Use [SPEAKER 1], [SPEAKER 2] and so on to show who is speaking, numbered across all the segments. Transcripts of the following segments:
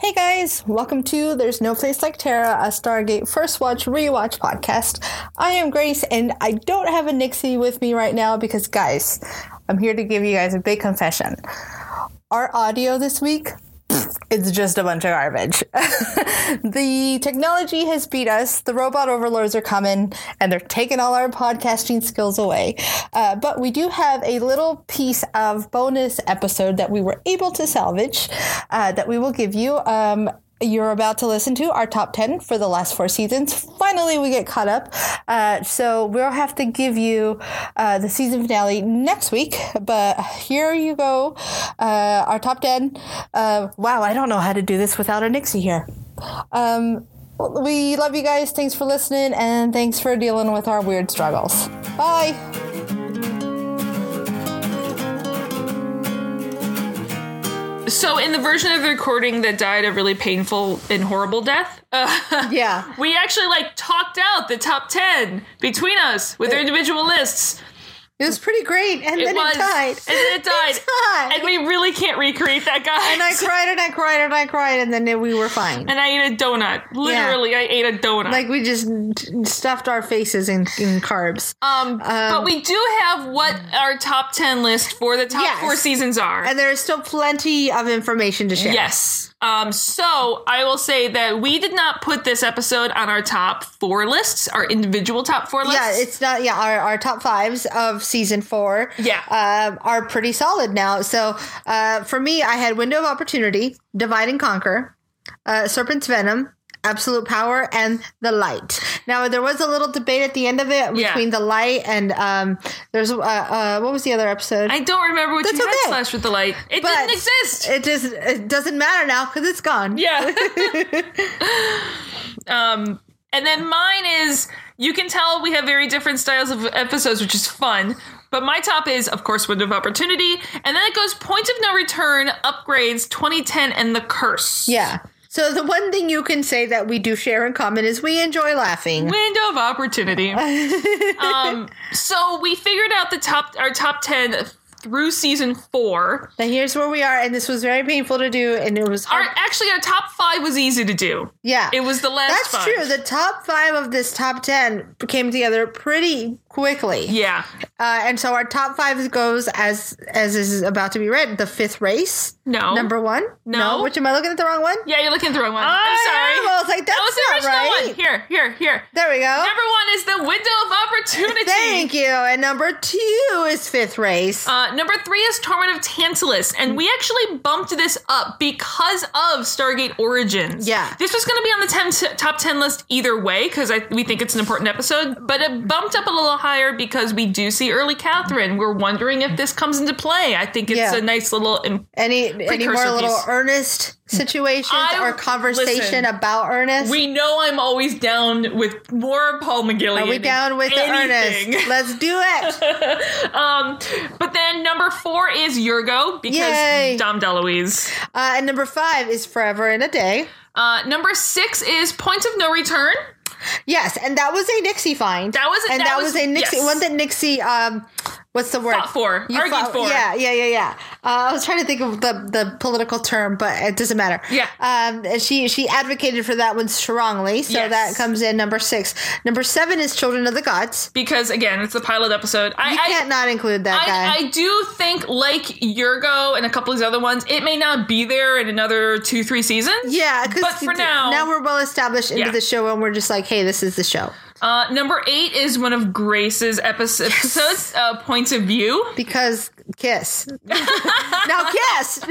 [SPEAKER 1] Hey guys, welcome to There's No Place Like Terra, a Stargate First Watch Rewatch podcast. I am Grace, and I don't have a Nixie with me right now because, guys, I'm here to give you guys a big confession. Our audio this week, it's just a bunch of garbage. the technology has beat us, the robot overlords are coming, and they're taking all our podcasting skills away. Uh, but we do have a little piece of bonus episode that we were able to salvage uh, that we will give you. Um, you're about to listen to our top 10 for the last four seasons. Finally, we get caught up. Uh, so we'll have to give you uh, the season finale next week. But here you go. Uh, our top 10. Uh, wow, I don't know how to do this without a Nixie here. Um, we love you guys. Thanks for listening. And thanks for dealing with our weird struggles. Bye.
[SPEAKER 2] So, in the version of the recording that died a really painful and horrible death, uh,
[SPEAKER 1] Yeah.
[SPEAKER 2] we actually like talked out the top ten between us with their individual lists.
[SPEAKER 1] It was pretty great. And
[SPEAKER 2] It
[SPEAKER 1] then
[SPEAKER 2] was,
[SPEAKER 1] it died.
[SPEAKER 2] and then it died,
[SPEAKER 1] died.
[SPEAKER 2] and we really can't recreate that guy.
[SPEAKER 1] And I cried and I cried and I cried. And then we were fine.
[SPEAKER 2] And I ate a donut. Literally, I ate a donut.
[SPEAKER 1] Like we just stuffed our faces in, in carbs.
[SPEAKER 2] um, but we do have what our top ten list for the top
[SPEAKER 1] Yes.
[SPEAKER 2] four seasons are.
[SPEAKER 1] and there is still plenty of information to share.
[SPEAKER 2] Yes. Um, so I will say that we did not put this episode on our top four lists, our individual top four lists.
[SPEAKER 1] Yeah, it's not. Yeah, our, our top fives of season four.
[SPEAKER 2] Yeah.
[SPEAKER 1] um, are pretty solid now. So uh, for me, I had Window of Opportunity, Divide and Conquer, uh, Serpent's Venom, Absolute Power, and The Light. Now there was a little debate at the end of it
[SPEAKER 2] Yeah.
[SPEAKER 1] between The Light and um, there's uh, uh, what was the other episode?
[SPEAKER 2] I don't remember what
[SPEAKER 1] That's
[SPEAKER 2] you
[SPEAKER 1] okay.
[SPEAKER 2] had slashed with the light. It
[SPEAKER 1] But
[SPEAKER 2] didn't exist.
[SPEAKER 1] It just it doesn't matter now because it's gone.
[SPEAKER 2] yeah. um, and then mine is you can tell we have very different styles of episodes, which is fun. But my top is, of course, Window of Opportunity. And then it goes Point of No Return, Upgrades, 2010, and The Curse.
[SPEAKER 1] Yeah. So the one thing you can say that we do share in common is we enjoy laughing.
[SPEAKER 2] window of opportunity. um, so we figured out the top our top ten through season four.
[SPEAKER 1] Now here's where we are, and this was very painful to do, and it was
[SPEAKER 2] Our
[SPEAKER 1] hard.
[SPEAKER 2] actually our top five was easy to do.
[SPEAKER 1] yeah,
[SPEAKER 2] It was the last.
[SPEAKER 1] That's
[SPEAKER 2] five.
[SPEAKER 1] true. The top five of this top ten came together pretty quickly,
[SPEAKER 2] yeah,
[SPEAKER 1] uh, and so our top five goes as as is about to be read. The fifth race,
[SPEAKER 2] no
[SPEAKER 1] number one.
[SPEAKER 2] No.
[SPEAKER 1] which am I looking at the wrong one?
[SPEAKER 2] Yeah, you're looking at the wrong one.
[SPEAKER 1] I
[SPEAKER 2] I'm
[SPEAKER 1] know.
[SPEAKER 2] sorry.
[SPEAKER 1] I was like, Oh, that's
[SPEAKER 2] that was the
[SPEAKER 1] not
[SPEAKER 2] original
[SPEAKER 1] right.
[SPEAKER 2] one. Here, here, here.
[SPEAKER 1] There we go.
[SPEAKER 2] Number one is the window of opportunity.
[SPEAKER 1] Thank you. And number two is fifth race.
[SPEAKER 2] Uh, number three is Torment of Tantalus, and we actually bumped this up because of Stargate Origins.
[SPEAKER 1] Yeah.
[SPEAKER 2] this was going to be on the 10, t- top ten list either way because we think it's an important episode, but it bumped up a little higher because we do see early Catherine. We're wondering if this comes into play. I think it's
[SPEAKER 1] Yeah.
[SPEAKER 2] a nice little. im-
[SPEAKER 1] any any more
[SPEAKER 2] precursor
[SPEAKER 1] little
[SPEAKER 2] piece.
[SPEAKER 1] earnest situations
[SPEAKER 2] I-
[SPEAKER 1] or conversation
[SPEAKER 2] listen.
[SPEAKER 1] about earnest?
[SPEAKER 2] we know I'm always down with more Paul McGillian.
[SPEAKER 1] Are we down with
[SPEAKER 2] anything.
[SPEAKER 1] the earnest? Let's do it.
[SPEAKER 2] Um, but then number four is Yurgo because
[SPEAKER 1] Yay.
[SPEAKER 2] Dom DeLuise.
[SPEAKER 1] Uh, and number five is Forever in a Day.
[SPEAKER 2] Uh, number six is Point of No Return.
[SPEAKER 1] Yes, and that was a Nixie find.
[SPEAKER 2] That was a-
[SPEAKER 1] and
[SPEAKER 2] that
[SPEAKER 1] that,
[SPEAKER 2] was-
[SPEAKER 1] was, a Nixie
[SPEAKER 2] yes.
[SPEAKER 1] one that Nixie um, what's the word?
[SPEAKER 2] Fought for, argued for.
[SPEAKER 1] Yeah, yeah, yeah, yeah. Uh, I was trying to think of the the political term, but it doesn't matter.
[SPEAKER 2] Yeah.
[SPEAKER 1] um, and she she advocated for that one strongly, so
[SPEAKER 2] Yes.
[SPEAKER 1] that comes in number six. Number seven is Children of the Gods.
[SPEAKER 2] because again, it's the pilot episode. I
[SPEAKER 1] You
[SPEAKER 2] I-
[SPEAKER 1] can't not include that guy.
[SPEAKER 2] I, I do think like Yurgo and a couple of these other ones, it may not be there in another two, three seasons.
[SPEAKER 1] yeah,
[SPEAKER 2] But
[SPEAKER 1] because
[SPEAKER 2] for now-
[SPEAKER 1] now we're well established into
[SPEAKER 2] Yeah.
[SPEAKER 1] the show, and we're just like, hey, this is the show.
[SPEAKER 2] Uh, number eight is one of Grace's episo- episodes, uh, Points of View.
[SPEAKER 1] Because kiss. now kiss.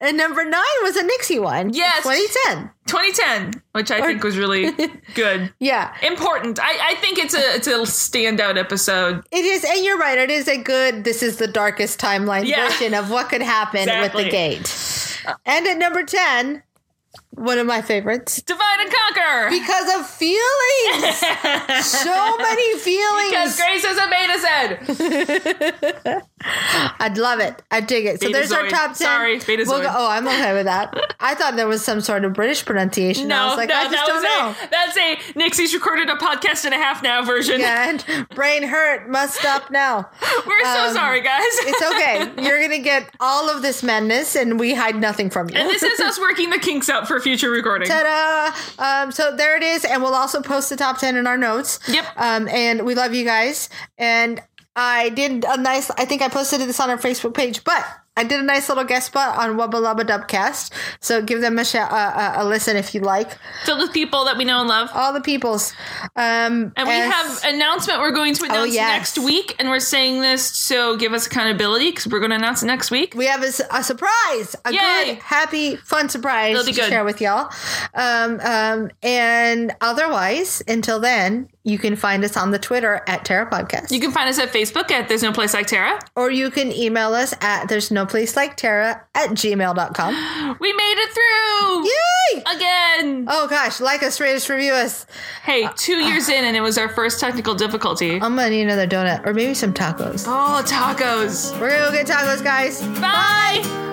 [SPEAKER 1] and number nine was a Nixie one.
[SPEAKER 2] Yes.
[SPEAKER 1] 2010.
[SPEAKER 2] 2010, which I think was really good.
[SPEAKER 1] Yeah.
[SPEAKER 2] Important. I, I think it's a it's a standout episode.
[SPEAKER 1] It is, and you're right. It is a good, this is the darkest timeline
[SPEAKER 2] Yeah.
[SPEAKER 1] version of what could happen with
[SPEAKER 2] Exactly.
[SPEAKER 1] the gate. And at number 10, One of my favorites.
[SPEAKER 2] Divide and conquer.
[SPEAKER 1] Because of feelings. so many feelings.
[SPEAKER 2] Because Grace is a beta Zed.
[SPEAKER 1] I'd love it. I dig it. So there's our
[SPEAKER 2] Betazoid.
[SPEAKER 1] top 10.
[SPEAKER 2] Sorry, Betazoid.
[SPEAKER 1] We'll go- oh, I'm okay with that. I thought there was some sort of British pronunciation. I
[SPEAKER 2] No,
[SPEAKER 1] was like,
[SPEAKER 2] no,
[SPEAKER 1] I just
[SPEAKER 2] that
[SPEAKER 1] don't
[SPEAKER 2] was
[SPEAKER 1] know.
[SPEAKER 2] it. That's a Nixie's recorded a podcast and a half now version.
[SPEAKER 1] And brain hurt, must stop now.
[SPEAKER 2] We're so
[SPEAKER 1] Um,
[SPEAKER 2] sorry, guys.
[SPEAKER 1] It's okay. You're going to get all of this madness, and we hide nothing from you.
[SPEAKER 2] and this is us working the kinks out for future recording.
[SPEAKER 1] Ta-da! Um, so there it is, and we'll also post the top ten in our notes.
[SPEAKER 2] Yep.
[SPEAKER 1] Um, and we love you guys. And I did a nice. I think I posted this on our Facebook page, but I did a nice little guest spot on Wubba Lubba Dubcast. So give them a shout, uh, uh, a listen if you like.
[SPEAKER 2] Filled with people that we know and love.
[SPEAKER 1] All the peoples. Um,
[SPEAKER 2] And we
[SPEAKER 1] as-
[SPEAKER 2] have announcement we're going to announce
[SPEAKER 1] Oh, yes.
[SPEAKER 2] next week, and we're saying this so give us accountability because we're going to announce it next week.
[SPEAKER 1] we have a, s- a surprise, a
[SPEAKER 2] Yay.
[SPEAKER 1] good, happy, fun surprise
[SPEAKER 2] It'll be
[SPEAKER 1] to
[SPEAKER 2] good.
[SPEAKER 1] share with y'all. Um, um, and otherwise, until then, you can find us on the Twitter at Terra Podcast.
[SPEAKER 2] You can find us at Facebook at There's No Place Like Tara.
[SPEAKER 1] or you can email us at there's no place like Tara at gmail.com.
[SPEAKER 2] We made it through
[SPEAKER 1] Yay!
[SPEAKER 2] again.
[SPEAKER 1] Oh gosh, like us, rate us, review us.
[SPEAKER 2] Hey,
[SPEAKER 1] Uh,
[SPEAKER 2] two years in, and it was our first technical difficulty.
[SPEAKER 1] I'm gonna need another donut or maybe some tacos.
[SPEAKER 2] Oh, tacos.
[SPEAKER 1] We're gonna go get tacos, guys.
[SPEAKER 2] Bye.